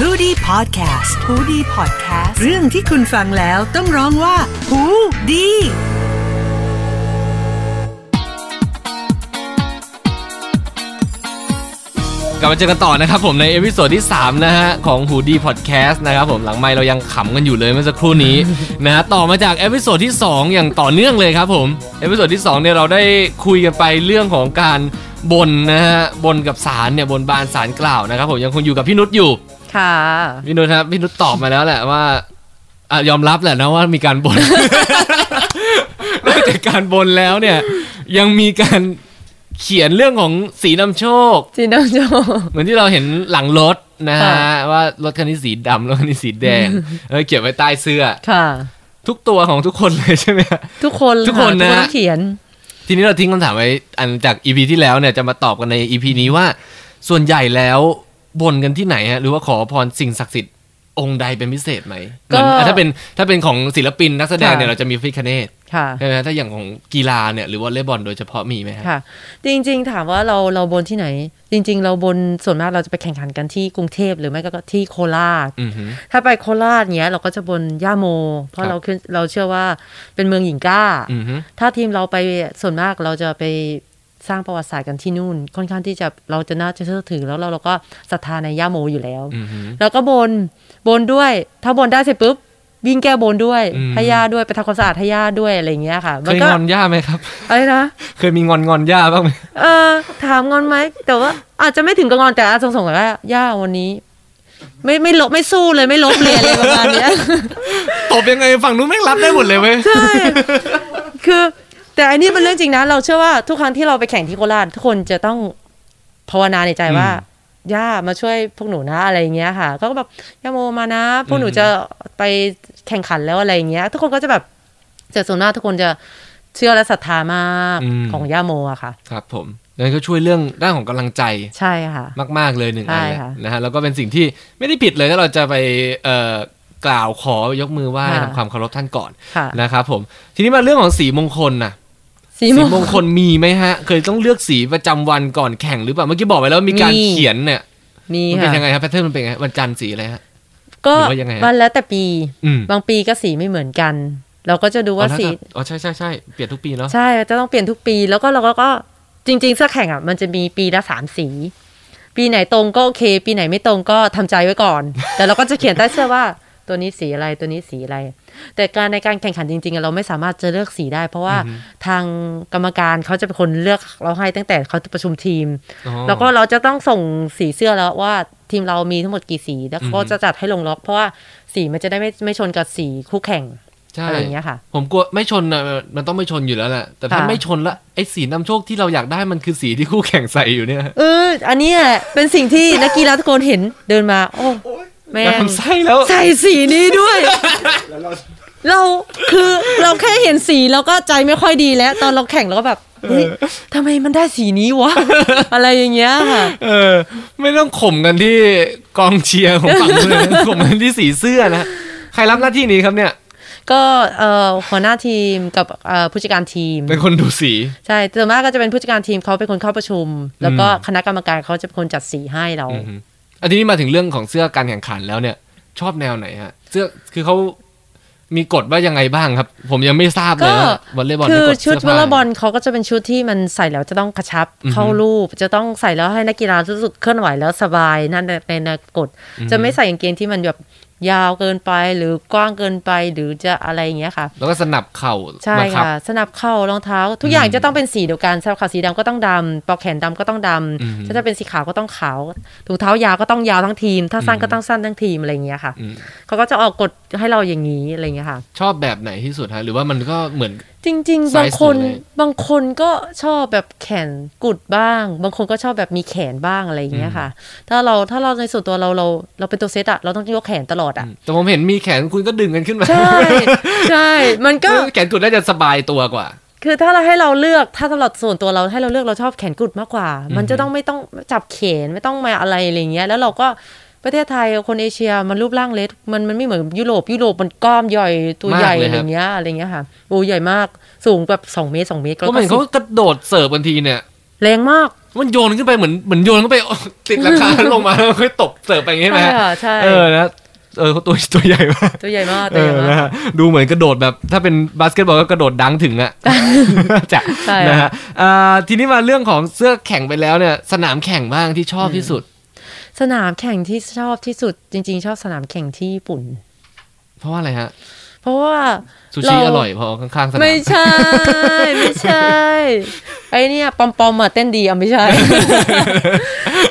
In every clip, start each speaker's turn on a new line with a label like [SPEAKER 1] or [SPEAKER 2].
[SPEAKER 1] h o ดี้พอดแคสต์ฮูดี้พอดแคสต์เรื่องที่คุณฟังแล้วต้องร้องว่าหูดี
[SPEAKER 2] กลับมาเจอกันต่อนะครับผมในเอพิโซดที่ 3 นะฮะ ของหูดีพอดแคสต์นะครับผมหลังไมค์เรายังขำกันอยู่เลยเมื่อสักครู่นี้ นะฮะต่อมาจากเอพิโซดที่ 2 อย่างต่อเนื่องเลยครับผมเอพิโซดที่2เนี่ยเราได้คุยกันไปเรื่องของการบนนะฮะบนกับสารเนี่ยบนบานสารกล่าวนะครับผมยังคงอยู่กับพี่นุชอยู่
[SPEAKER 3] ค่ะ
[SPEAKER 2] พี่นุชครับพี่นุชตอบมาแล้วแหละว่าอ่ะยอมรับแหละนะว่ามีการบน นอกจากการบนแล้วเนี่ยยังมีการเขียนเรื่องของสีนำโชค
[SPEAKER 3] จีนดำโจ
[SPEAKER 2] เหมือนที่เราเห็นหลังรถนะฮะ
[SPEAKER 3] ค่ะ
[SPEAKER 2] ว่ารถคันนี้สีดำรถคันนี้สีแด งเออเขียนไว้ใต้เสื้อ
[SPEAKER 3] ค่ะ
[SPEAKER 2] ทุกตัวของทุกคนเลยใช่ไหมฮะ
[SPEAKER 3] ทุกคน
[SPEAKER 2] ทุกคนนะ
[SPEAKER 3] ทุกคนเขียน
[SPEAKER 2] ทีนี้เราทิ้งคำถามไว้อันจากอีพีที่แล้วเนี่ยจะมาตอบกันในอีพีนี้ว่า ส่วนใหญ่แล้วบนกันที่ไหนฮะหรือว่าขอพรสิ่งศักดิ์สิทธิ์องค์ใดเป็นพิเศษไหมเหมือน
[SPEAKER 3] ก็
[SPEAKER 2] อ่ะถ้าเป็นถ้าเป็นของศิลปินนักแสดงเนี่ย
[SPEAKER 3] ค่ะ
[SPEAKER 2] เราจะมีพระพิคเนต
[SPEAKER 3] ค่ะ
[SPEAKER 2] ใช่ไหมฮะถ้าอย่างของกีฬาเนี่ยหรือวอลเลย์บอลโดยเฉพาะมีไหมฮะ
[SPEAKER 3] ค่ะ จริงๆ ถามว่าเราเราบนที่ไหน จริง ๆ เราบนส่วนมากเราจะไปแข่งขันกันที่กรุงเทพหรือไม่ก็ที่โคราช
[SPEAKER 2] อือฮึ
[SPEAKER 3] ถ้าไปโคราชเนี้ยเราก็จะบนย่าโม เพราะเราขึ้นเราเชื่อว่าเป็นเมืองหญิงกล้า
[SPEAKER 2] อือฮึ
[SPEAKER 3] ถ้าทีมเราไปส่วนมากเราจะไปสร้างประวัติศาสตร์กันที่นู่น ค่อนข้างที่จะเราจะน่าจะเชื่อถือแล้วเราเราก็ศรัทธาในย่าโมอยู่แล้ว
[SPEAKER 2] อือฮึ
[SPEAKER 3] แล้วก็บนบนด้วย ถ้าบนได้เสร็จปุ๊บ วิ่งแก้บนด้วย
[SPEAKER 2] อืม
[SPEAKER 3] ให้ย่าด้วยไปทำความสะอาดให้ย่าด้วยอะไรอย่างเงี้ยค่ะ
[SPEAKER 2] เค
[SPEAKER 3] มัน
[SPEAKER 2] ย
[SPEAKER 3] ก็
[SPEAKER 2] งอนย่าไหมครับ
[SPEAKER 3] อะไรนะ
[SPEAKER 2] เคยมีงอนงอนย่าบ้างไหม
[SPEAKER 3] เออถามงอนไหมแต่ว่าอาจจะไม่ถึงกับงอนแต่อาจสงสงแบบว่าย่าวันนี้ ไม่ไม่ลบไม่สู้เลยไม่ลบเลยอะไรประมาณเนี้ย
[SPEAKER 2] ตบยังไงฝั่งนู้นแม่งรับได้หมดเลยเว้ย
[SPEAKER 3] ใช่ คือ แต่อันนี้เป็นเรื่องจริงนะ เราเชื่อว่าทุกครั้งที่เราไปแข่งที่โคราชทุกคนจะต้องภาวนาในใจว่า
[SPEAKER 2] อืม
[SPEAKER 3] ย่ามาช่วยพวกหนูนะอะไรอย่างเงี้ยค่ะ ก็แบบย่าโมมานะ พวกหนู
[SPEAKER 2] อืม
[SPEAKER 3] จะไปแข่งขันแล้วอะไรอย่างเงี้ย ทุกคนก็จะแบบเจอส่วนหน้ากทุกคนจะเชื่อและศรัทธามากของย่าโมอะค่ะ
[SPEAKER 2] ครับผมนั่นก็ช่วยเรื่องด้านของกำลังใจ
[SPEAKER 3] ใช่ค่ะ
[SPEAKER 2] มาก ๆ เลยหนึ่งอันแหละ
[SPEAKER 3] ใช่ค่ะ
[SPEAKER 2] นะฮะแล้วก็เป็นสิ่งที่ไม่ได้ผิดเลยถ้าเราจะไปเอ่อกล่าวขอยกมือไหว้
[SPEAKER 3] ค่ะ
[SPEAKER 2] ทำความเคารพท่านก่อน
[SPEAKER 3] ค่ะ
[SPEAKER 2] นะครับผมทีนี้มาเรื่องของสีมงคลนะ
[SPEAKER 3] สี
[SPEAKER 2] สี
[SPEAKER 3] ม่วง
[SPEAKER 2] มงคลมีไหมฮะ เคยต้องเลือกสีประจำวันก่อนแข่งหรือเปล่าเมื่อกี้บอกไปแล้วมีการ
[SPEAKER 3] มี
[SPEAKER 2] เขียนเนี่ย
[SPEAKER 3] มี
[SPEAKER 2] มันเป็น
[SPEAKER 3] ค่ะ
[SPEAKER 2] ยังไงครับแพทเทิร์นมันเป็นยังไงฮะวันจันทร์สีอะไรฮะ
[SPEAKER 3] ก็
[SPEAKER 2] หรือว่ายังไงฮะ
[SPEAKER 3] มันแล้วแต่ปี
[SPEAKER 2] อืม
[SPEAKER 3] บางปีก็สีไม่เหมือนกัน เราก็จะดูว่า
[SPEAKER 2] อ๋อถ้
[SPEAKER 3] สี
[SPEAKER 2] จะอ๋อใช่ใช่ใช่เปลี่ยนทุกปีเนาะ
[SPEAKER 3] ใช่จะต้องเปลี่ยนทุกปีแล้วก็เราก็ก็จริงๆเสื้อแข่งอ่ะมันจะมีปีละสามสี ปีไหนตรงก็โอเค ปีไหนไม่ตรงก็ทำใจไว้ก่อน แต่เราก็จะเขียนใต้เสื้อว่าตัวนี้สีอะไรตัวนี้สีอะไร แต่การในการแข่งขันจริงๆอะเราไม่สามารถจะเลือกสีได้ เพราะว่าทางกรรมการเขาจะเป็นคนเลือกเราให้ตั้งแต่เขาจะประชุมทีม
[SPEAKER 2] อ๋อ
[SPEAKER 3] แล้วก็เราจะต้องส่งสีเสื้อแล้วว่าทีมเรามีทั้งหมดกี่สีแล้วเขา
[SPEAKER 2] อือฮึ
[SPEAKER 3] จะจัดให้ลงล็อก เพราะว่าสีมันจะได้ไม่ไม่ชนกับสีคู่แข่ง
[SPEAKER 2] ใช่
[SPEAKER 3] อะไรอย่างเงี้ยค่ะ
[SPEAKER 2] ผมกลัวไม่ชนนะมันต้องไม่ชนอยู่แล้วแหละแต่ถ้า
[SPEAKER 3] ค่ะ
[SPEAKER 2] ไม่ชนละไอ้สีนำโชคที่เราอยากได้มันคือสีที่คู่แข่งใส่อยู่เนี่ย
[SPEAKER 3] เออ อันเนี้ยเป็นสิ่งที่นักกีฬาทุกคนเห็นเดินมา โอ้แม่ง
[SPEAKER 2] ทำไส้แล้ว
[SPEAKER 3] ใส่สีนี้ด้วย เราคือเราแค่เห็นสีเราก็ใจไม่ค่อยดีแล้ว ตอนเราแข่งเราก็แบบเฮ้ยทำไมมันได้สีนี้วะ อะไรอย่างเงี้ยค่ะ
[SPEAKER 2] เออ ไม่ต้องข่มกันที่กองเชียร์ ของฝั่งนู้นเลยข่มกันที่สีเสื้อนะใครรับหน้าที่นี้ครับเนี่ย
[SPEAKER 3] ก็เอ่อหัวหน้าทีมกับเอ่อผู้จัดการทีม
[SPEAKER 2] เป็นคนดูสี
[SPEAKER 3] ใช่ส่วนมากก็จะเป็นผู้จัดการทีมเขาเป็นคนเข้าประชุม แล้วก็คณะกรรมการเขาจะเป็นคนจัดสีให้เรา
[SPEAKER 2] อือฮึอันทีนี้มาถึงเรื่องของเสื้อการแข่งขันแล้วเนี่ย ชอบแนวไหนฮะ เสื้อคือเขามีกฎว่ายังไงบ้างครับ ผมยังไม่ทราบเลยว่าวอลเลย์บอล
[SPEAKER 3] คื
[SPEAKER 2] มี
[SPEAKER 3] อก
[SPEAKER 2] ฎ
[SPEAKER 3] ชุด
[SPEAKER 2] เสื้
[SPEAKER 3] วอ
[SPEAKER 2] ผ้า
[SPEAKER 3] ลเลย์บอลเขาก็จะเป็นชุดที่มันใส่แล้วจะต้องกระชับ
[SPEAKER 2] อือฮึ
[SPEAKER 3] เข้ารูป จะต้องใส่แล้วให้นักกีฬารู้สึกเคลื่อนไหวแล้วสบายนั่นในนกฎจะไม่ใส่กางเกงที่มันแบบยาวเกินไปหรือกว้างเกินไปหรือจะอะไรอย่างเงี้ยค่ะ
[SPEAKER 2] แล้วก็สนับเข่า
[SPEAKER 3] ใช่
[SPEAKER 2] บังบ
[SPEAKER 3] ค่ะ สนับเข้ารองเท้า ทุกอย่างจะต้องเป็นสีเดียวกันสนับเข่าสีดำก็ต้องดำปลอกแขนดำก็ต้องดำ
[SPEAKER 2] อือฮึ
[SPEAKER 3] ถ้าจะเป็นสีขาวก็ต้องขาวถุงเท้ายาวก็ต้องยาวทั้งทีม ถ้าสั้นก็ต้องสั้นทั้งทีมอะไรอย่างเงี้ยค่ะ
[SPEAKER 2] อืม
[SPEAKER 3] เขาก็จะออกกฎให้เราอย่างนี้อะไรอย่างเงี้ยค่ะ
[SPEAKER 2] ชอบแบบไหนที่สุดฮะ หรือว่ามันก็เหมือน
[SPEAKER 3] จริง
[SPEAKER 2] ไซส์
[SPEAKER 3] ๆ บางคน
[SPEAKER 2] หรืออะไร
[SPEAKER 3] บางคนก็ชอบแบบแขนกุดบ้าง บางคนก็ชอบแบบมีแขนบ้างอะไรอย่างเงี้ยค่ะ ถ้าเราถ้าเราในส่วนตัวเราเราเราเป็นตัวเซตอะเราต้องยกแขนตลอดอะ
[SPEAKER 2] แต่ผมเห็นมีแขนคุณก็ดึงกันขึ้นมา
[SPEAKER 3] ใช่ ใช่ มันก็
[SPEAKER 2] แขนกุดน่าจะสบายตัวกว่า
[SPEAKER 3] คือถ้าเราให้เราเลือกถ้าสำหรับส่วนตัวเราให้เราเลือกเราชอบแขนกุดมากกว่า
[SPEAKER 2] อืม
[SPEAKER 3] มันจะต้องไม่ต้องจับแขนไม่ต้องมาอะไรอะไรอย่างเงี้ยแล้วเราก็ประเทศไทยคนเอเชียมันรูปร่างเล็กมันมันไม่เหมือนยุโรปยุโรปมันกล้ามใหญ่ตัวใหญ่อะไรอย่างเงี้ยอะไรอย่างเงี้ยค่ะโอ้ใหญ่มากสูงแบบสองเมตรสองเมตร
[SPEAKER 2] ก็เหมือนเขากระโดดเสิร์ฟบางทีเนี่ย
[SPEAKER 3] แรงมาก
[SPEAKER 2] มันโยนขึ้นไปเหมือนเหมือนโยนขึ้นไป ติดราคา ลงมา แล้วค่อยตบเสิร์ฟไปอย่างงี้ไหม
[SPEAKER 3] ใช่
[SPEAKER 2] ฮะ
[SPEAKER 3] ค่ะใช่
[SPEAKER 2] เออนะเออเขาตัวตัวใหญ่มาก
[SPEAKER 3] ตัวใหญ่มาก
[SPEAKER 2] เอ
[SPEAKER 3] ตัวให
[SPEAKER 2] อ
[SPEAKER 3] ญ่มา
[SPEAKER 2] นะ
[SPEAKER 3] ก
[SPEAKER 2] ฮะดูเหมือนกระโดดแบบ ถ้าเป็นบาสเกตบอลก็กระโดดดังถึงอะ จ้ะ
[SPEAKER 3] ใช่
[SPEAKER 2] นะฮะอ่าทีนี้มาเรื่องของเสื้อแข่งไปแล้วเนี่ย สนามแข่งบ้างที่ชอบที่สุด
[SPEAKER 3] สนามแข่งที่ชอบที่สุดจริง ๆ ชอบสนามแข่งที่ญี่ปุ่น
[SPEAKER 2] เพราะว่าอะไรฮะ
[SPEAKER 3] เพราะว่า
[SPEAKER 2] ซูชิ
[SPEAKER 3] เรา
[SPEAKER 2] อร่อยพอข้างๆสนาม
[SPEAKER 3] ไม่ใช่ ไม่ใช่ ไอเนี่ยปอมปอมอะเต้นดีอะไม่ ใช่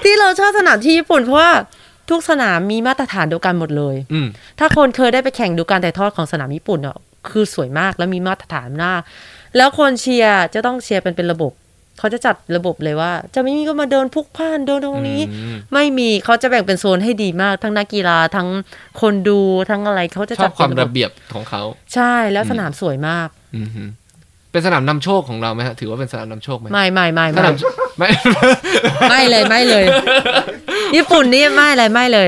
[SPEAKER 3] ที่เราชอบสนามที่ญี่ปุ่นเพราะว่าทุกสนามมีมาตรฐานเดียวกันหมดเลย
[SPEAKER 2] อืม
[SPEAKER 3] ถ้าคนเคยได้ไปแข่งดูการถ่ายทอดของสนามญี่ปุ่นอ่ะคือสวยมากแล้วมีมาตรฐานมากแล้วคนเชียร์จะต้องเชียร์เป็นเป็นระบบ เขาจะจัดระบบเลยว่า จะไม่มีก็มาเดินพลุกพล่านเดินตรงนี้
[SPEAKER 2] อืม
[SPEAKER 3] ไม่มีเขาจะแบ่งเป็นโซนให้ดีมาก ทั้งนักกีฬาทั้งคนดูทั้งอะไรเขาจะ
[SPEAKER 2] ชอ
[SPEAKER 3] จัด
[SPEAKER 2] บความ
[SPEAKER 3] เป็นระ
[SPEAKER 2] ระ
[SPEAKER 3] บบ
[SPEAKER 2] เบียบของเขา
[SPEAKER 3] ใช่แล้วสนามสวยมาก
[SPEAKER 2] อืมฮึเป็นสนามนำโชคของเราไหมฮะถือว่าเป็นสนามนำโชคไหม
[SPEAKER 3] ไม่ไม่ไม่
[SPEAKER 2] ส
[SPEAKER 3] ไม่
[SPEAKER 2] นามไม่
[SPEAKER 3] ไม่เลยไม่เลย ญี่ปุ่นนี่ไม่เลยไม่เลย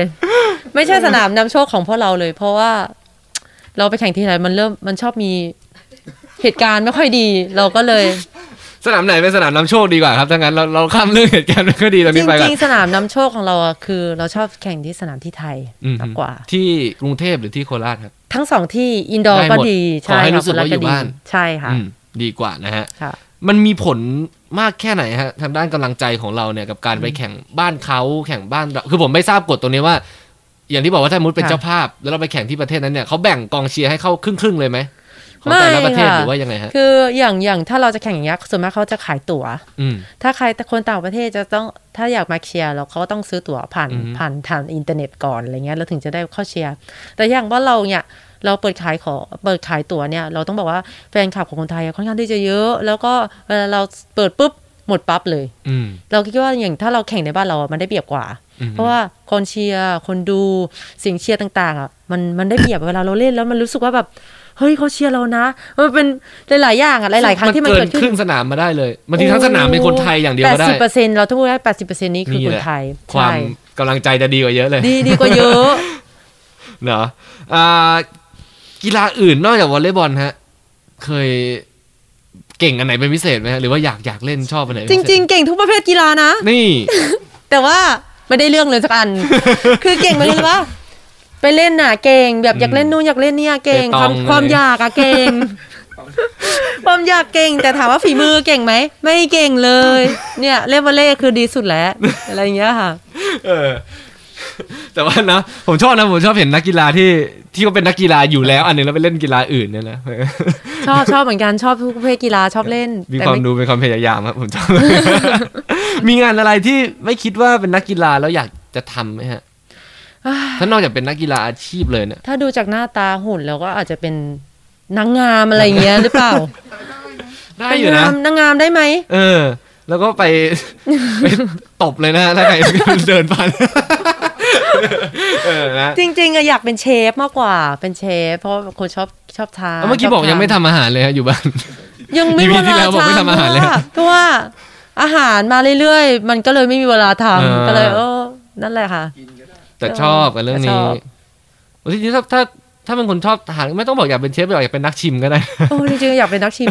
[SPEAKER 3] ไม่ใช่สนามนำโชคของพวกเราเลย เพราะว่า เราไปแข่งทีไรมันเริ่มมันชอบมีเหตุการณ์ไม่ค่อยดี เราก็เลย
[SPEAKER 2] สนามไหนเป็นสนามนำโชคดีกว่าครับถ้างั้นเราเราข้ามเรื่องเหตุการณ์ก็ดีตอน
[SPEAKER 3] จ
[SPEAKER 2] นี้ไปก่อ
[SPEAKER 3] ริ
[SPEAKER 2] น
[SPEAKER 3] งๆ สนามนำโชคของเราอะคือ เราชอบแข่งที่สนามที่ไทย
[SPEAKER 2] อืม
[SPEAKER 3] มากกว่า
[SPEAKER 2] ที่กรุงเทพหรือที่โคราชครับ
[SPEAKER 3] ทั้งสองที่อินดอร์
[SPEAKER 2] ได้หมด
[SPEAKER 3] ก็ดี
[SPEAKER 2] ขอ
[SPEAKER 3] ใช่
[SPEAKER 2] ให้
[SPEAKER 3] ค่ะ
[SPEAKER 2] รู้สึกว่าอยู่
[SPEAKER 3] ดี
[SPEAKER 2] บ้าน
[SPEAKER 3] ใช่ค่ะ
[SPEAKER 2] อืมดีกว่านะฮะ
[SPEAKER 3] ค่ะ
[SPEAKER 2] มันมีผลมากแค่ไหนฮะทางด้านกำลังใจของเราเนี่ยกับการไปแข่งบ้านเขาแข่งบ้านเราคือผมไม่ทราบกฎตรงนี้ว่า อย่างที่บอกว่าถ้าสมมุดเป็น
[SPEAKER 3] ค่ะ
[SPEAKER 2] เจ้าภาพ แล้วเราไปแข่งที่ประเทศนั้นเนี่ยเขาแบ่งกองเชียร์ให้เข้าครึ่งๆเลยไหมของ
[SPEAKER 3] ไม่
[SPEAKER 2] แต่ละประเทศ
[SPEAKER 3] ค่
[SPEAKER 2] หรือว่ายังไงฮะ
[SPEAKER 3] คืออย่างอย่างถ้าเราจะแข่งอย่างเงี้ยส่วนมากเขาจะขายตั๋ว
[SPEAKER 2] อืม
[SPEAKER 3] ถ้าใครคนต่างประเทศจะต้องถ้าอยากมาเชียร์เราเขาก็ต้องซื้อตั๋วผ่าน
[SPEAKER 2] อือฮึ
[SPEAKER 3] ผ่านทางอินเทอร์เน็ตก่อนอะไรเงี้ยแล้วถึงจะได้เข้าเชียร์แต่อย่างว่าเราเนี่ยเราเปิดขายของเปิดขายตั๋วเนี่ยเราต้องบอกว่าแฟนคลับของคนไทยอะค่อนข้างที่จะเยอะ แล้วก็เวลาเราเปิดปุ๊บหมดปั๊บเลย
[SPEAKER 2] อืม
[SPEAKER 3] เราคิดว่าอย่างถ้าเราแข่งในบ้านเราอะมันได้เปรียบกว่า
[SPEAKER 2] อืม
[SPEAKER 3] เพราะว่าคนเชียร์คนดูเสิ่งเชียร์ต่างๆอ่ะมันมันได้เปรียบเวลาเราเล่นแล้วมันรู้สึกว่าแบบเฮ้ยเขาเชียร์เรานะมันเป็นหลายๆอย่างอ่ะหลายๆครั้งที่มันเกิด
[SPEAKER 2] ค
[SPEAKER 3] ขึ้น
[SPEAKER 2] รึ่งสนามมาได้เลยบางทีทั้งสนามเป็นคนไทยอย่างเดียวก็ได้
[SPEAKER 3] แปสิบเปอร์เซ็นต์เราถ้าพูดได้แปดสิบเปอร์เซ็นต์นี้คือ
[SPEAKER 2] นี่
[SPEAKER 3] ค
[SPEAKER 2] แห
[SPEAKER 3] น
[SPEAKER 2] ละ
[SPEAKER 3] ไทย
[SPEAKER 2] ความ
[SPEAKER 3] ใช่
[SPEAKER 2] กำลังใจจะดีกว่าเยอะเลย
[SPEAKER 3] ดีดีกว่าเยอะ
[SPEAKER 2] เนาะอ่ากีฬาอื่นนอกจากวอลเลย์บอลฮะ เคยเก่งอันไหนเป็นพิเศษไหมฮะ หรือว่าอยากอยากเล่นชอบอันไหน
[SPEAKER 3] จริง ๆ เก่งทุกประเภทกีฬานะ
[SPEAKER 2] ๆนี่
[SPEAKER 3] แต่ว่าไม่ได้เรื่องเลยสักอัน คือเก่งไปเลยว่า ไปเล่นน่ะเก่งแบบอยากเล่นนู่นอยากเล่นเนี่ยเก่ง
[SPEAKER 2] เปตอ
[SPEAKER 3] ควาง มความ
[SPEAKER 2] เลย
[SPEAKER 3] อยากอะเก่ ง ความอยากเก่ง แต่ถามว่าฝีมือเก่งไหมไม่เก่งเลย เนี่ยเล่นวอลเล่คือดีสุดแล้วอะไรอย่างเงี้ยค่ะ
[SPEAKER 2] เออ แต่ว่านะ ผมชอบนะ ผมชอบเห็นนักกีฬาที่ที่เขาเป็นนักกีฬาอยู่แล้ว อันหนึงแล้วไปเล่นกีฬาอื่นเนี่ยนะ
[SPEAKER 3] ชอบชอบเหมือนกันชอบทุกประเภทกีฬาชอบเล่น
[SPEAKER 2] มี
[SPEAKER 3] แต่
[SPEAKER 2] ความ
[SPEAKER 3] ไม่
[SPEAKER 2] ดูเป็นความพยายามครับผมชอบ มีงานอะไรที่ไม่คิดว่าเป็นนักกีฬาแล้วอยากจะทำไหม ฮะ ถ้านอกจากเป็นนักกีฬาอาชีพเลยเนี่ย
[SPEAKER 3] ถ้าดูจากหน้าตาหุ่นแล้วก็อาจจะเป็นนางงามอะไรอย่างเงี้ยหรือเปล่า
[SPEAKER 2] ได้อยู่นะ
[SPEAKER 3] นางงามนางงามได้ไหม
[SPEAKER 2] เออ แล้วก็ไป ไปตบเลยนะถ้าใคร เดินผ่าน เออนะ
[SPEAKER 3] จริง ๆอะอยากเป็นเชฟมากกว่าเป็นเชฟ เพราะคนชอบชอบทาน
[SPEAKER 2] เอาเมื่อกี้บอกยังไม่ทำอาหารเลยฮะอยู่ บ้าน
[SPEAKER 3] ยังไม่
[SPEAKER 2] EP
[SPEAKER 3] เว
[SPEAKER 2] ที่แล้
[SPEAKER 3] ลาว
[SPEAKER 2] บอกไม่ทำอาหารเลย
[SPEAKER 3] ทำเพราะว่าอาหารมาเรื่อยๆ มันก็เลยไม่มีเวลาท
[SPEAKER 2] อ่า
[SPEAKER 3] ำก็เลยเออนั่นแหละค่ะ
[SPEAKER 2] แต่ชอบกันเรื่อง
[SPEAKER 3] ช
[SPEAKER 2] นี้
[SPEAKER 3] อบ
[SPEAKER 2] โอ้ยจริงๆถ้าถ้าถ้าเป็นคนชอบทหารไม่ต้องบอกอยากเป็นเชฟหรอกอยากเป็นนักชิมก็ได้
[SPEAKER 3] โอ้จริงๆ อยากเป็นนักชิม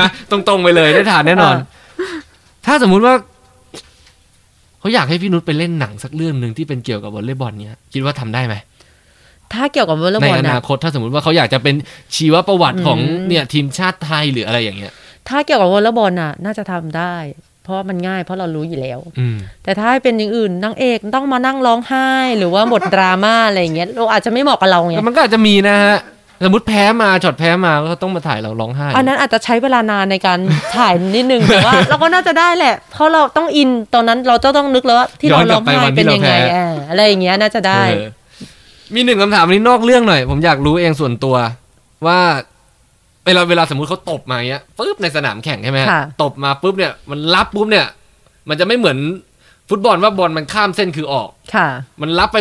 [SPEAKER 2] นะตรงๆไปเลยได้ทานแน่นอน
[SPEAKER 3] เออ
[SPEAKER 2] ถ้าสมมุติว่าเขาอยากให้พี่นุชไปเล่นหนังสักเรื่องหนึ่งที่เป็นเกี่ยวกับวอลเลย์บอลเนี่ยคิดว่าทำได้ไหม
[SPEAKER 3] ถ้าเกี่ยวกับวอลเลย์
[SPEAKER 2] ใน
[SPEAKER 3] บอล
[SPEAKER 2] อนา
[SPEAKER 3] นะ
[SPEAKER 2] คตถ้าสมมติว่าเขาอยากจะเป็นชีวประวัติของ
[SPEAKER 3] อืม
[SPEAKER 2] เนี่ยทีมชาติไทยหรืออะไรอย่างเงี้ย
[SPEAKER 3] ถ้าเกี่ยวกับวอลเลย์บอลน่ะน่าจะทำได้ เพราะมันง่าย เพราะเรารู้อยู่แล้ว
[SPEAKER 2] อืม
[SPEAKER 3] แต่ถ้าให้เป็นอย่างอื่นนางเอกต้องมานั่งร้องไห้ หรือว่าบทดราม่าอะไรอย่างเงี้ยเราอาจจะไม่เหมาะกับเราไง
[SPEAKER 2] แต่มันก็อาจจะมีนะฮะ สมมติแพ้มาช็อตแพ้มาก็ต้องมาถ่ายเราร้องไห้
[SPEAKER 3] อันนั้นอาจจะใช้เวลานานในการ ถ่ายนิดนึงแต่ว่า เราก็น่าจะได้แหละ เพราะเราต้องอินตอนนั้นเราจะต้องนึกแล้วว่าที่
[SPEAKER 2] ย้อ
[SPEAKER 3] เรา
[SPEAKER 2] นกลั
[SPEAKER 3] ร้
[SPEAKER 2] บไป
[SPEAKER 3] องไห้
[SPEAKER 2] วันที่
[SPEAKER 3] เป็นยังไง
[SPEAKER 2] เราแพ้
[SPEAKER 3] เอออะไรอย่างเงี้ยน่าจะได้
[SPEAKER 2] เออมีหนึ่งคำถามอันนี้นอกเรื่องหน่อย ผมอยากรู้เองส่วนตัว ว่าเวลาเวลาสมมติเขาตบมาเงี้ยปุ๊บในสนามแข่งใช่ไหมฮะ
[SPEAKER 3] ค่ะ
[SPEAKER 2] ตบมาปุ๊บเนี่ยมันรับปุ๊บเนี่ย มันจะไม่เหมือนฟุตบอลว่าบอลมันข้ามเส้นคือออก
[SPEAKER 3] ค่ะ
[SPEAKER 2] มันรับไป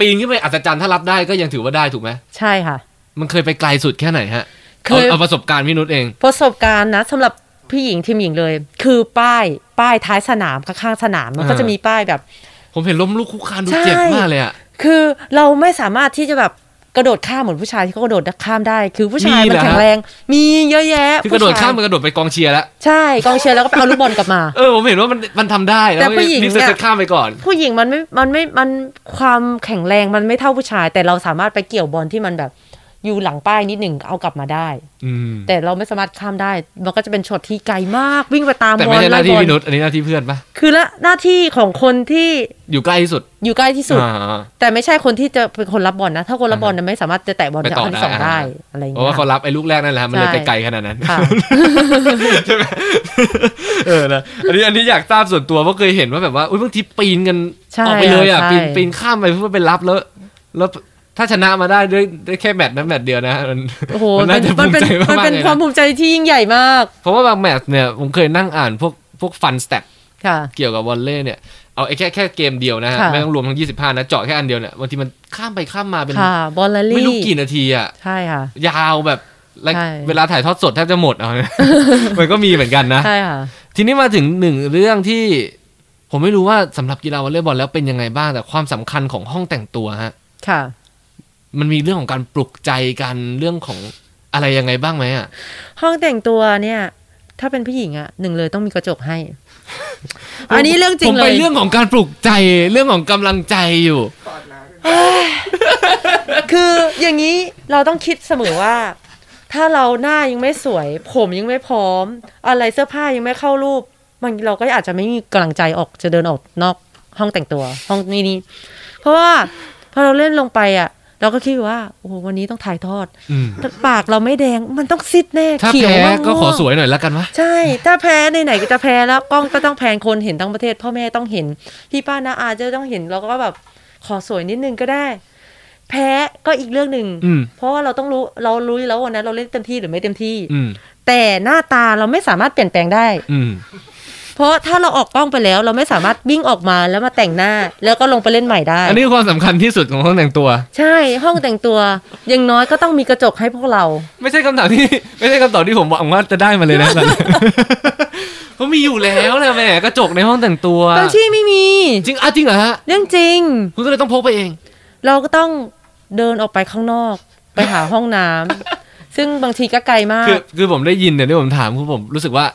[SPEAKER 2] ปีนขึ้นไปอัศจรรย์ถ้ารับได้ก็ยังถือว่าได้ถูกไหม
[SPEAKER 3] ใช่ค่ะ
[SPEAKER 2] มันเคยไปไกลสุดแค่ไหนฮะ
[SPEAKER 3] เค
[SPEAKER 2] เอา
[SPEAKER 3] ย
[SPEAKER 2] เอาประสบการณ์พี่นุชเอง
[SPEAKER 3] ประสบการณ์นะสำหรับพี่หญิงทีมหญิงเลย คือป้ายป้ายท้ายสนามข้างๆสนามมันก็
[SPEAKER 2] อ่า
[SPEAKER 3] จะมีป้ายแบบ
[SPEAKER 2] ผมเห็นล้มลุกคลุกคลานดู
[SPEAKER 3] ใช่
[SPEAKER 2] เจ็บมากเลยอะ
[SPEAKER 3] คือเราไม่สามารถที่จะแบบ กระโดดข้ามเหมือนผู้ชายที่เขากระโดดข้ามได้ คือผู้ชาย
[SPEAKER 2] มี
[SPEAKER 3] มั
[SPEAKER 2] เหรอ
[SPEAKER 3] น
[SPEAKER 2] ฮะ
[SPEAKER 3] แข็งแรง มีเยอะแยะ
[SPEAKER 2] คือกระโดด
[SPEAKER 3] ผู้ชย
[SPEAKER 2] ข้ามมันกระโดดไปกองเชียร์แล้ว
[SPEAKER 3] ใช่กองเชียร์แล้วก็ไปเอาลูกบอลกลับมา
[SPEAKER 2] เออผมเห็นว่ามันมันทำได้
[SPEAKER 3] แต่ผู้หญิง
[SPEAKER 2] นี่เซ
[SPEAKER 3] เนี่ย
[SPEAKER 2] ตข้ามไปก่อน
[SPEAKER 3] ผู้หญิงมันไม่ มันไม่ มันความแข็งแรงมันไม่เท่าผู้ชาย แต่เราสามารถไปเกี่ยวบอลที่มันแบบอยู่หลังป้ายนิดหนึ่งเอากลับมาได้
[SPEAKER 2] อืม
[SPEAKER 3] แต่เราไม่สามารถข้ามได้ มันก็จะเป็นช็อตที่ไกลมากวิ่งไปตาม
[SPEAKER 2] แต่
[SPEAKER 3] บอ
[SPEAKER 2] ไม่
[SPEAKER 3] ล
[SPEAKER 2] ใช่ห
[SPEAKER 3] ไล่
[SPEAKER 2] น้าที่
[SPEAKER 3] บอล
[SPEAKER 2] พี่นุชอันนี้หน้าที่เพื่อนปะ
[SPEAKER 3] คือละหน้าที่ของคนที่
[SPEAKER 2] อยู่ใกล้ที่สุด
[SPEAKER 3] อยู่ใกล้ที่สุด
[SPEAKER 2] อ่า
[SPEAKER 3] แต่ไม่ใช่คนที่จะเป็นคนรับบอลนะ ถ้าคนรับบอลนะไม่สามารถจะแตะบอล
[SPEAKER 2] ไป
[SPEAKER 3] จาก
[SPEAKER 2] ต่อ
[SPEAKER 3] อันที่สอง
[SPEAKER 2] ได้
[SPEAKER 3] ได้อะไรอย่าง
[SPEAKER 2] เพราะ
[SPEAKER 3] เงี้
[SPEAKER 2] ว่าย เขารับไอ้ลูกแรกนั่นแหละมันเลย
[SPEAKER 3] ใช่
[SPEAKER 2] ไปไกลขนาดนั้น
[SPEAKER 3] ค่ะ
[SPEAKER 2] ใช่ไหมเออนะอันนี้อันนี้อยากทราบส่วนตัวเพราะเคยเห็นว่าแบบว่าอุ้ยบางทีปีนกัน
[SPEAKER 3] ใช่
[SPEAKER 2] ออกไปเลยอ่ะ
[SPEAKER 3] ใช่
[SPEAKER 2] ปีนปีนข้ามไปเพื่อไปรับแล้ว แล้วถ้าชนะมาได้ด้วยได้แค่แมตช์นั้นแมตช์เดียวนะมัน
[SPEAKER 3] โอ้โห
[SPEAKER 2] มันน่าจะ
[SPEAKER 3] มั
[SPEAKER 2] ภูมิ
[SPEAKER 3] เป็น
[SPEAKER 2] ใจ
[SPEAKER 3] มัน
[SPEAKER 2] มาก
[SPEAKER 3] เป็น
[SPEAKER 2] ๆเลย
[SPEAKER 3] ความ
[SPEAKER 2] นะ
[SPEAKER 3] ภูมิใจที่ยิ่งใหญ่มาก
[SPEAKER 2] เพราะว่าบางแมตช์เนี่ยผมเคยนั่งอ่านพวกพวกฟันสแต
[SPEAKER 3] ค่ะ
[SPEAKER 2] เกี่ยวกับวอลเล่เนี่ยเอาไอ้แค่แค่เกมเดียวนะฮะ
[SPEAKER 3] ค่ะ
[SPEAKER 2] ไม่ต้องรวมทั้ง 25 นะเจาะแค่อันเดียวเนี่ยบางทีมันข้ามไปข้ามมาเป็น
[SPEAKER 3] ค่ะบอลลารี่
[SPEAKER 2] ไม่รู้กี่นาทีอ่ะ
[SPEAKER 3] ใช่ค่ะ
[SPEAKER 2] ยาวแบบและ
[SPEAKER 3] ใช่
[SPEAKER 2] เวลาถ่ายทอดสดแทบจะหมด เอา มันก็มีเหมือนกันนะ
[SPEAKER 3] ใช่ค่ะ
[SPEAKER 2] ทีนี้มาถึงหนึ่งเรื่องที่ ผมไม่รู้ว่าสำหรับกีฬาวอลเลย์บอลแล้วเป็นยังไงบ้างแต่ความสำคัญของห้องแต่งตัวฮะ
[SPEAKER 3] ค่ะ
[SPEAKER 2] มันมีเรื่องของการปลุกใจกันเรื่องของอะไรยังไงบ้างไหมอ่ะ
[SPEAKER 3] ห้องแต่งตัวเนี่ย ถ้าเป็นผู้หญิงอะหนึ่งเลยต้องมีกระจก ให้ อันนี้เรื่องจริ
[SPEAKER 2] ผ
[SPEAKER 3] ง
[SPEAKER 2] ม
[SPEAKER 3] เล
[SPEAKER 2] ไป
[SPEAKER 3] ย
[SPEAKER 2] เรื่องของการปลุกใจเรื่องของกำลังใจอยู่
[SPEAKER 3] คืออย่างนี้เราต้องคิดเสมอว่า ถ้าเราหน้ายังไม่สวย ผมยังไม่พร้อม อะไรเสื้อผ้ายังไม่เข้ารูป มันเราก็อาจจะไม่มีกำลังใจออกจะเดินออกนอกห้องแต่งตัว ห้องนี้นี่เพราะว่าพอเราเล่นลงไปอะเราก็คิดว่าโอ้โหวันนี้ต้องถ่ายทอด
[SPEAKER 2] อืม
[SPEAKER 3] แต่ปากเราไม่แดงมันต้องซิดแน่
[SPEAKER 2] ถ้า
[SPEAKER 3] เขียว
[SPEAKER 2] แพ้
[SPEAKER 3] ม่วง
[SPEAKER 2] ก็ขอสวยหน่อยแล้วกันวะ
[SPEAKER 3] ใช่ ถ้าแพ้ไหนๆก็จะแพ้แล้วกล้องก็ต้องแพงคนเห็นทั้งประเทศ พ่อแม่ต้องเห็น พี่ป้านาอาจะต้องเห็นแล้วก็แบบขอสวยนิดนึงก็ได้ แพ้ก็อีกเรื่องหนึ่ง
[SPEAKER 2] อืม
[SPEAKER 3] เพราะว่าเราต้องรู้เรารู้อยู่แล้ววันนั้นเราเล่นเต็มที่หรือไม่เต็มที่
[SPEAKER 2] อืม
[SPEAKER 3] แต่หน้าตาเราไม่สามารถเปลี่ยนแปลงได้
[SPEAKER 2] อืม
[SPEAKER 3] เพราะถ้าเราออกกล้องไปแล้ว เราไม่สามารถวิ่งออกมาแล้วมาแต่งหน้า แล้วก็ลงไปเล่นใหม่ได้
[SPEAKER 2] อันนี้คือความสำคัญที่สุดของห้องแต่งตัว
[SPEAKER 3] ใช่ห้องแต่งตัวอย่างน้อยก็ต้องมีกระจกให้พวกเรา
[SPEAKER 2] ไม่ใช่คำตอบที่ ไม่ใช่คำตอบที่ผมหวังว่าจะได้มาเลยนะ ตอนนี้ เขามีอยู่แล้วนะแหม่กระจกในห้องแต่งตัว
[SPEAKER 3] บางที่ไม่มี
[SPEAKER 2] จริงอ่ะจริงเหรอฮะ
[SPEAKER 3] เรื่องจริง
[SPEAKER 2] คุณก็เลยต้องพกไปเอง
[SPEAKER 3] เราก็ต้องเดินออกไปข้างนอก ไปหาห้องน้ำ ซึ่งบางทีก็ไกลมาก
[SPEAKER 2] คือคือผมได้ยินเนี่ยที่ผมถามคือผมรู้สึกว่า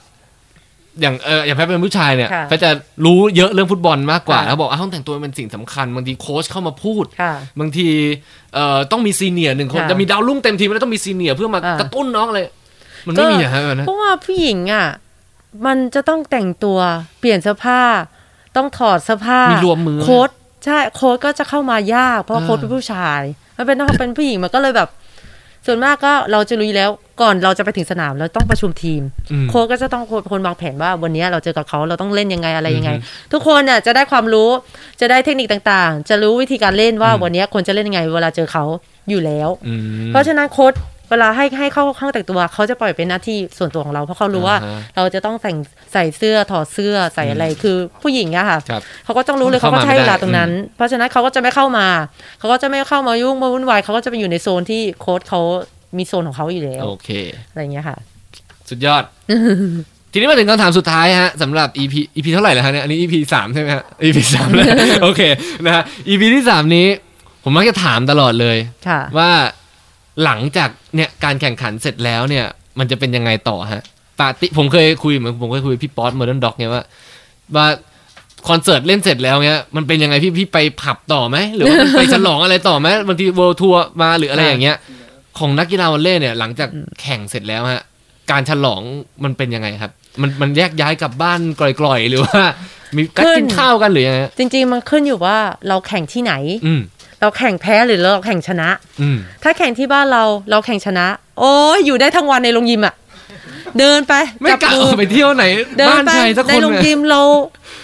[SPEAKER 2] อย่างเอออย่างแพทย์เป็นผู้ชายเนี่ย
[SPEAKER 3] ค่ะ
[SPEAKER 2] แพทย์จะรู้เยอะเรื่องฟุตบอลมากกว่า
[SPEAKER 3] ค่ะ
[SPEAKER 2] แล้วบอกอ่ะห้องแต่งตัวมันเป็นสิ่งสำคัญบางทีโค้ชเข้ามาพูด
[SPEAKER 3] ค่ะ
[SPEAKER 2] บางทีเอ่อต้องมีซีเนียร์หนึ่งคน
[SPEAKER 3] ค่ะ
[SPEAKER 2] จะมีดาวรุ่งเต็มทีมแล้วต้องมีซีเนียร์เพื่อมา
[SPEAKER 3] อ่าก ก
[SPEAKER 2] ระตุ้นน้องอะไรมันไม่มีอะฮะแบบนั้น
[SPEAKER 3] เพราะว่าผู้หญิงอ่ะ มันจะต้องแต่งตัวเปลี่ยนเสื้อผ้า ต้องถอดเสื้อผ้า
[SPEAKER 2] มี
[SPEAKER 3] มี
[SPEAKER 2] รวมมือ
[SPEAKER 3] โค้ดใช่โค้ดก็จะเข้ามายาก เพราะว่า
[SPEAKER 2] อ่า
[SPEAKER 3] โค้ดเป็นผู้ชาย มันเป็นต้องเป็นผู้หญิงมันก็เลยแบบ ส่วนมากก็เราจะรู้อยู่แล้วก่อนเราจะไปถึงสนามเราต้องประชุมทีม
[SPEAKER 2] อืม
[SPEAKER 3] โค้ชก็จะต้องเป็นคนวางแผนว่าวันนี้เราเจอกับเขาเราต้องเล่นยังไงอะไรยังไง
[SPEAKER 2] อือฮึ
[SPEAKER 3] ทุกคนน่ะจะได้ความรู้จะได้เทคนิคต่างๆ จะรู้วิธีการเล่นว่า
[SPEAKER 2] อืม
[SPEAKER 3] วันนี้ควรจะเล่นยังไง เวลาเจอเขาอยู่แล้ว
[SPEAKER 2] อืม
[SPEAKER 3] เพราะฉะนั้นโค้ชเวลาให้ให้เข้าห้องแต่งตัวเขาจะปล่อยเป็นหน้าที่ส่วนตัวของเราเพราะเขารู้ว่า
[SPEAKER 2] อ่าฮะ
[SPEAKER 3] เราจะต้องแต่งใส่เสื้อถอดเสื้อใส่อะไรคือผู้หญิงอะค่ะ
[SPEAKER 2] ครับ
[SPEAKER 3] เขาก็ต้องรู้เลยเขาก็
[SPEAKER 2] เข้ามา
[SPEAKER 3] ใช้
[SPEAKER 2] ไม่ได้
[SPEAKER 3] เวลาตรงนั้น เพราะฉะนั้นเขาก็จะไม่เข้ามาเขาก็จะไม่เข้ามายุ่งมาวุ่นวายเขาก็จะไปอยู่ในโซนที่โค้ชเขามีโซนของเขาอยู่แล้ว
[SPEAKER 2] โอเค
[SPEAKER 3] อะไรอย่างเงี้ยค่ะ
[SPEAKER 2] สุดยอด ทีนี้มาถึงคำถามสุดท้ายฮะสำหรับ EP EP เท่าไหร่แล้วฮะเนี่ย อันนี้ EP สามใช่ไหมฮะ EP สามเลย โอเคนะฮะ EP ที่สามนี้ ผมมักจะถามตลอดเลย
[SPEAKER 3] ค่ะ
[SPEAKER 2] ว่าหลังจากเนี่ยการแข่งขันเสร็จแล้วเนี่ย มันจะเป็นยังไงต่อฮะปาร์ติผมเคยคุยเหมือนผมเคยคุยกับพี่ป๊อตเมอร์ดนด็อกเนี่ยว่าว่าคอนเสิร์ตเล่นเสร็จแล้วเนี่ยมันเป็นยังไงพี่พี่ไปผับต่อไหมหรือว่าไป ฉลองอะไรต่อไหมบางทีเวิลด์ทัวร์มาหรืออะไรอย่างเงี้ย ของนักกีฬาวอลเล่เนี่ย หลังจากแข่งเสร็จแล้วฮะการฉลองมันเป็นยังไงครับ มันมันแยกย้ายกลับบ้านกล่อยๆ หรือว่า มีการ
[SPEAKER 3] ขึ้น
[SPEAKER 2] กินข้าวกันหรือยังไงฮะ
[SPEAKER 3] จริงๆ มันขึ้นอยู่ว่าเราแข่งที่ไหน
[SPEAKER 2] อืม
[SPEAKER 3] เราแข่งแพ้หรือเราแข่งชนะ
[SPEAKER 2] อืม
[SPEAKER 3] ถ้าแข่งที่บ้านเราเราแข่งชนะ โอ้ยอยู่ได้ทั้งวันในโรงยิมอะเดินไป
[SPEAKER 2] ไม่
[SPEAKER 3] จับ
[SPEAKER 2] กะ
[SPEAKER 3] มื
[SPEAKER 2] ออกไปเที่ยวไหน
[SPEAKER 3] เดิน
[SPEAKER 2] บ้าน
[SPEAKER 3] ไป
[SPEAKER 2] ใครสักคน
[SPEAKER 3] ในโรง
[SPEAKER 2] เนี่ย
[SPEAKER 3] ยิมเรา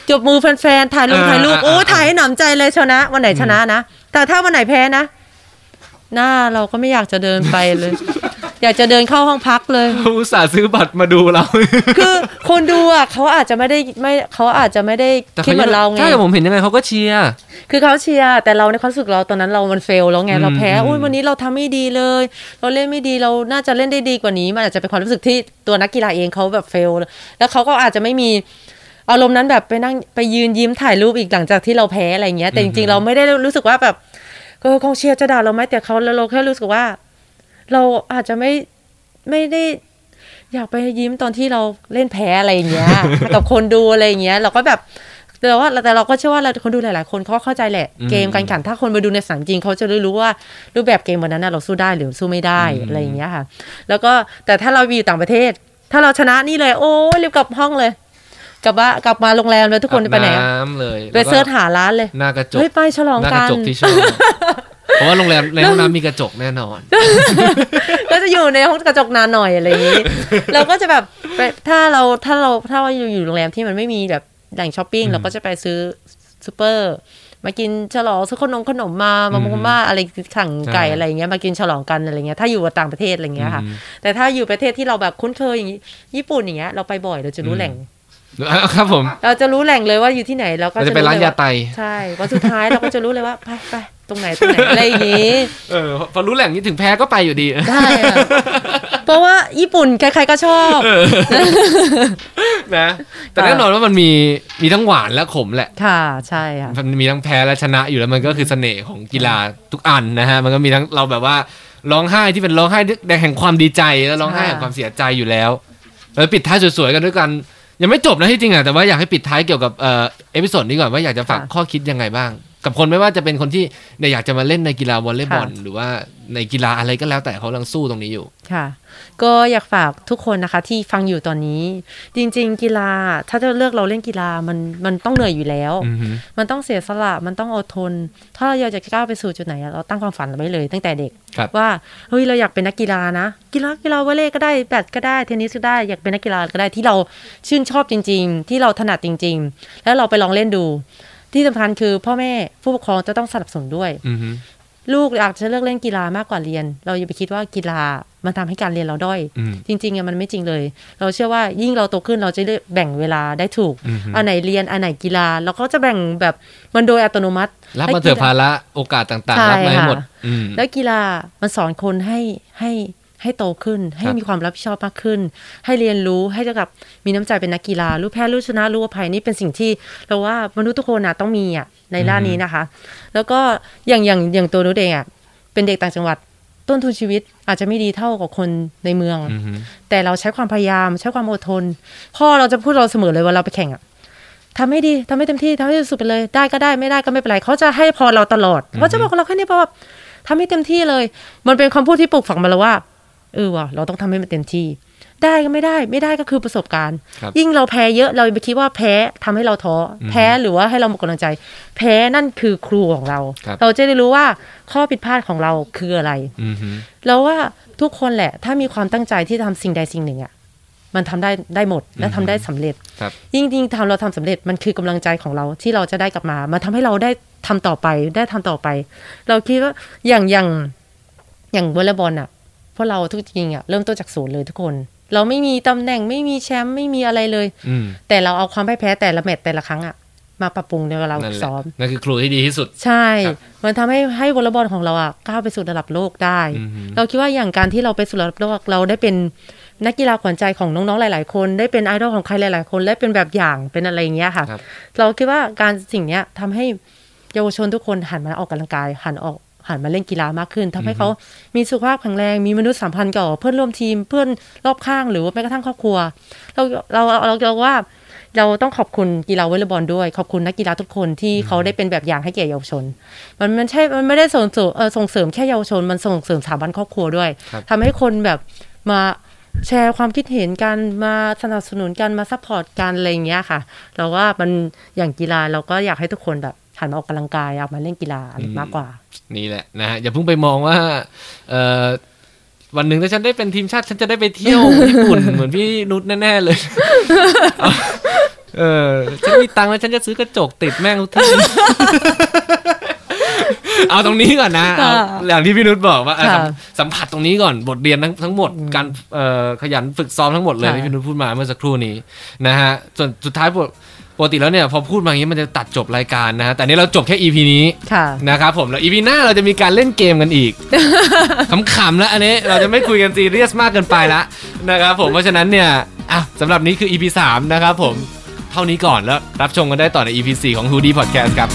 [SPEAKER 3] จบมือแฟนๆถ่ายลง
[SPEAKER 2] อ่า
[SPEAKER 3] ถ่ายรูปโอ้ย
[SPEAKER 2] อ่า
[SPEAKER 3] ถ่ายให้หนำใจเลยชนะ วันไหนชนะนะ แต่ถ้าวันไหนแพ้นะ หน้าเราก็ไม่อยากจะเดินไปเลย อยากจะเดินเข้าห้องพักเลย
[SPEAKER 2] อุตส่าห์ซื้อบัตรมาดูเรา
[SPEAKER 3] คือคนดูอะเขาอาจจะไม่ได้ไม่เขาอาจจะไม่ได้คิดเหมือนเราไง
[SPEAKER 2] ใช่ผมเห็นยังไงเขาก็เชียร์
[SPEAKER 3] คือเขาเชียร์แต่เราในความรู้สึกเราตอนนั้นเรามันเฟลแล้วไง
[SPEAKER 2] อืม
[SPEAKER 3] เราแพ้
[SPEAKER 2] อืม
[SPEAKER 3] อุ้ยวันนี้เราทำไม่ดีเลย เราเล่นไม่ดีเราน่าจะเล่นได้ดีกว่านี้ มันอาจจะเป็นความรู้สึกที่ตัวนักกีฬาเองเขาแบบเฟลแล้วเขาก็อาจจะไม่มีอารมณ์นั้นแบบไปนั่งไปยืนยิ้มถ่ายรูปอีกหลังจากที่เราแพ้อะไรเงี้ยแต่จริงๆเราไม่ได้รู้สึกว่าแบบ เออกองเชียร์จะด่าเราไหมแต่เขาเราแค่รู้สึกว่า เราอาจจะไม่ไม่ได้ อยากไปยิ้มตอนที่เราเล่นแพ้อะไรอย่างเงี้ย กับคนดูอะไรอย่างเงี้ย เราก็แบบแต่ว่าแต่เราก็เชื่อว่าเราคนดูหลาย ๆ คนเขาเข้าใจแหละ
[SPEAKER 2] อืม
[SPEAKER 3] เกมการแข่งถ้าคนมาดูในสนามจริงเขาจะได้รู้ว่ารูปแบบเกมวันนั้นน่ะเราสู้ได้หรือสู้ไม่ได้
[SPEAKER 2] อืม
[SPEAKER 3] อะไรอย่างเงี้ยค่ะ แล้วก็แต่ถ้าเราอยู่ต่างประเทศ ถ้าเราชนะนี่เลย โอ้ยรีบกลับห้องเลย กลับว่านกลับมาโรงแรมเลยทุกคนไปไหน
[SPEAKER 2] อาบ
[SPEAKER 3] อะ
[SPEAKER 2] น้ำเลย
[SPEAKER 3] ไปเสิร์ชหาร้านเลย
[SPEAKER 2] หน้ากระจก
[SPEAKER 3] เฮ้ยไปฉลอง
[SPEAKER 2] หน้าก
[SPEAKER 3] กั
[SPEAKER 2] ระ
[SPEAKER 3] น
[SPEAKER 2] จกที่ช อบเพราะว่าโรงแรมในห้องน้ำมีกระจกแน่นอน
[SPEAKER 3] ก็จะอยู่ในห้องกระจกนานหน่อยอะไรอย่างนี้ เราก็จะแบบไปถ้าเราถ้าเราถ้าเราอยู่อยู่โรงแรมที่มันไม่มีแบบแหล่งช้อปปิ้ง
[SPEAKER 2] อืม
[SPEAKER 3] เราก็จะไปซื้อซูเปอร์ มากินฉลองซื้อขนมขนมมามา
[SPEAKER 2] อืม
[SPEAKER 3] มุมมาอะไรสั่งไก่
[SPEAKER 2] ใช่
[SPEAKER 3] อะไรอย่างเงี้ยมากินฉลองกันอะไรเงี้ยถ้าอยู่ต่างประเทศอะไรเงี้ยค่ะ
[SPEAKER 2] อืม
[SPEAKER 3] แต่ถ้าอยู่ประเทศที่เราแบบคุ้นเคยอย่างนี้ญี่ปุ่นอย่างเงี้ยเราไปบ่อยเราจะรู้
[SPEAKER 2] อืม
[SPEAKER 3] แหล่ง
[SPEAKER 2] อ่ะครับผม
[SPEAKER 3] เราจะรู้แหล่งเลยว่าอยู่ที่ไหนเราก็
[SPEAKER 2] เราจะไปร้าน
[SPEAKER 3] เลย
[SPEAKER 2] ยา
[SPEAKER 3] ว่า
[SPEAKER 2] ไต
[SPEAKER 3] ใช่วันสุดท้ายเราก็จะรู้เลยว่าไปไปตรงไหนตรงไหนอะไรอย่างงี้
[SPEAKER 2] เออพอรู้แหล่งนี้ถึงแพ้ก็ไปอยู่ดี
[SPEAKER 3] ได้อะเพราะว่าญี่ปุ่นใครๆก็ชอบ
[SPEAKER 2] นะแต่
[SPEAKER 3] ค่ะ
[SPEAKER 2] แน่นอนว่ามันมีมีทั้งหวานและขมแหละ
[SPEAKER 3] ค่ะใช่ค่ะ
[SPEAKER 2] มันมีทั้งแพ้และชนะอยู่แล้วมันก็คือเสน่ห์ของกีฬาทุกอันนะฮะมันก็มีทั้งเราแบบว่าร้องไห้ที่เป็นร้องไห้แห่งความดีใจแล้วร้องไห้
[SPEAKER 3] ค่ะ
[SPEAKER 2] แห่งความเสียใจอยู่แล้วแล้วปิดท้ายสวยๆกันด้วยกัน ยังไม่จบนะที่จริงอ่ะแต่ว่าอยากให้ปิดท้ายเกี่ยวกับเอ่อเอพิโซดนี้ก่อนว่าอยากจะฝากข้อคิดยังไงบ้าง กับคนไม่ว่าจะเป็นคนที่เนี่ยอยากจะมาเล่นในกีฬาวอลเลย์บอลหรือว่าในกีฬาอะไรก็แล้วแต่เขากำลังสู้ตรงนี้อยู่
[SPEAKER 3] ค่ะ ก็อยากฝากทุกคนนะคะที่ฟังอยู่ตอนนี้ จริง ๆ กีฬาถ้าจะเลือกเราเล่นกีฬามันมันต้องเหนื่อยอยู่แล้ว
[SPEAKER 2] อือฮึ
[SPEAKER 3] มันต้องเสียสละมันต้องอดทน ถ้าเราอยากจะก้าวไปสู่จุดไหนอะเราตั้งความฝันไว้เลย ตั้งแต่เด็ก
[SPEAKER 2] ครับ
[SPEAKER 3] ว่าเฮ้ยเราอยากเป็นนักกีฬานะ กีฬากีฬาวอลเลย์ก็ได้แบดก็ได้เทนนิสก็ได้อยากเป็นนักกีฬาก็ได้ที่เราชื่นชอบจริง ๆ ที่เราถนัดจริง ๆ แล้วเราไปลองเล่นดู ที่สำคัญคือพ่อแม่ผู้ปกครองจะต้องสนับสนุนด้วย
[SPEAKER 2] อือฮึ
[SPEAKER 3] ลูกอยากจะเลือกเล่นกีฬามากกว่าเรียน เราอย่าไปคิดว่ากีฬามันทำให้การเรียนเราด้อย
[SPEAKER 2] อืม
[SPEAKER 3] จริงๆอะมันไม่จริงเลย เราเชื่อว่ายิ่งเราโตขึ้นเราจะได้แบ่งเวลาได้ถูก
[SPEAKER 2] อือฮึ
[SPEAKER 3] อันไหนเรียนอันไหนกีฬาเราก็จะแบ่งแบบมันโดยอัตโนมัติ
[SPEAKER 2] รับมาเถอะภาระโอกาสต่างๆ
[SPEAKER 3] ใช่
[SPEAKER 2] รับมาให้
[SPEAKER 3] ค่ะ
[SPEAKER 2] หมดอืม
[SPEAKER 3] แล้วกีฬามันสอนคนให้ให้ให้โตขึ้น ให้
[SPEAKER 2] ครับ
[SPEAKER 3] มีความรับผิดชอบมากขึ้น ให้เรียนรู้ให้เท่ากับมีน้ำใจเป็นนักกีฬารู้แพ้รู้ชนะรู้อภัยนี่เป็นสิ่งที่เราว่ามนุษย์ทุกคนนะต้องมีอ่ะในด้านนี้นะคะ แล้วก็อย่างอย่างอย่างตัวนุชเองอ่ะเป็นเด็กต่างจังหวัดต้นทุนชีวิตอาจจะไม่ดีเท่ากับคนในเมือง
[SPEAKER 2] อือฮึ
[SPEAKER 3] แต่เราใช้ความพยายามใช้ความอดทนพ่อเราจะพูดเราเสมอเลยเว่าเราไปแข่งอ่ะทำให้ดีทำให้เต็มที่ทำให้สุดไปเลยได้ก็ได้ไม่ได้ก็ไม่เป็นไรเขาจะให้พรเราตลอดเขาจะบอกเราแค่นี้เพราะว่า ทำให้เต็มที่เลย มันเป็นคำพูดที่ปลูกฝังมาแล้วว่า เออว่ะเราต้องทำให้มันเต็มที่ ได้ก็ไม่ได้ ไม่ได้ก็คือประสบการณ์
[SPEAKER 2] ครับ
[SPEAKER 3] ยิ่งเราแพ้เยอะ เราไปคิดว่าแพ้ทำให้เราท้ออแพ้หรือว่าให้เราหมดกำลังใจ แพ้นั่นคือครูของเรา
[SPEAKER 2] ครับ
[SPEAKER 3] เราจะได้รู้ว่าข้อผิดพลาดของเราคืออะไร
[SPEAKER 2] อือฮึ
[SPEAKER 3] เราว่าทุกคนแหละ ถ้ามีความตั้งใจที่ทำสิ่งใดสิ่งหนึ่งอะ่ะ มันทำได้ได้หมดและทำได้สำเร็จ
[SPEAKER 2] ครับ
[SPEAKER 3] ยิ่งยิ่งทำเราทำสำเร็จมันคือกำลังใจของเราที่เราจะได้กลับมา มันทำให้เราได้ทำต่อไปได้ทำต่อไป เราคิดว่าอย่างอย่างอย่างวอลเลย์บอลอ่ะพวกเราทุกจริงอ่ะเริ่มต้นจากศูนย์เลยทุกคน เราไม่มีตำแหน่งไม่มีแชมป์ไม่มีอะไรเลย
[SPEAKER 2] อืม
[SPEAKER 3] แต่เราเอาความพ่ายแพ้แต่ละแมตช์แต่ละครั้งอ่ะมาปรับปรุงในเวลาเรา
[SPEAKER 2] นั่นแหละ
[SPEAKER 3] ซ้อม
[SPEAKER 2] นั่นคือครูที่ดีที่สุด
[SPEAKER 3] ใช่
[SPEAKER 2] ครับ
[SPEAKER 3] มันทำให้ให้วอลเลย์บอลของเราอ่ะก้าวไปสู่ระดับโลกได้
[SPEAKER 2] อือหือ
[SPEAKER 3] เราคิดว่าอย่างการที่เราไปสู่ระดับโลกเราได้เป็นนักกีฬาขวัญใจของน้องๆหลาย ๆ คนได้เป็นไอดอลของใครหลาย ๆ คนและเป็นแบบอย่างเป็นอะไรอย่างเงี้ยค่ะ
[SPEAKER 2] ครับ
[SPEAKER 3] เราคิดว่าการสิ่งเนี้ยทำให้เยาวชนทุกคนหันมาออกกำลังกาย หันออกหันมาเล่นกีฬามากขึ้นทำให้เขามีสุขภาพแข็งแรงมีมนุษยสัมพันธ์กับเพื่อนร่วมทีมเพื่อนรอบข้างหรือว่าแม้กระทั่งครอบครัว เราเราเราเราว่า เราต้องขอบคุณกีฬาวอลเลย์บอลด้วย ขอบคุณนักกีฬาทุกคนที่เขาได้เป็นแบบอย่างให้แก่เยาวชน มันมันใช่ มันไม่ได้ส่งเสริมเอ่อส่งเสริมแค่เยาวชน มันส่งเสริมสถาบันครอบครัวด้วย
[SPEAKER 2] ครับ
[SPEAKER 3] ทำให้คนแบบมาแชร์ความคิดเห็นกันมาสนับสนุนกันมาซัพพอร์ตกันอะไรอย่างเงี้ยค่ะ เราว่ามันอย่างกีฬาเราก็อยากให้ทุกคนแบบหันมาออกกำลังกายออกมาเล่นกีฬาอะไรมากกว่า
[SPEAKER 2] นี่แหละนะฮะอย่าเพิ่งไปมองว่าเอ่อวันหนึ่งถ้าฉันได้เป็นทีมชาติ ฉันจะได้ไปเที่ยว ญี่ปุ่นเหมือนพี่นุชแน่ๆเลย เออฉันมีตังค์แล้วฉันจะซื้อกระจกติดแม่งทุกที่ เอาตรงนี้ก่อนนะเอา
[SPEAKER 3] ค่ะ
[SPEAKER 2] อย่างที่พี่นุชบอกว่าเออ
[SPEAKER 3] ค่ะ
[SPEAKER 2] สัมสัมผัสตรงนี้ก่อนบทเรียนทั้งทั้งหมดการเอ่อขยันฝึกซ้อมทั้งหมดเลย
[SPEAKER 3] ค่ะ
[SPEAKER 2] ที่พี่นุชพูดมาเมื่อสักครู่นี้นะฮะส่วนสุดท้ายปกปกติแล้วเนี่ยพอพูดมาอย่างนี้มันจะตัดจบรายการนะฮะแต่อันนี้เราจบแค่ EP นี้
[SPEAKER 3] ค่ะ
[SPEAKER 2] นะครับผมแล้วอีพีหน้าเราจะมีการเล่นเกมกัน อีก ขำๆแล้วอันนี้เราจะไม่คุยกันซีเรียสมากเกินไปละนะครับผมเพราะฉะนั้นเนี่ยอ่ะสำหรับนี้คือ EP 3 นะครับผม เท่านี้ก่อนแล้วรับชมกันได้ต่อใน EP 4 ของ h o o d i Podcast ครับ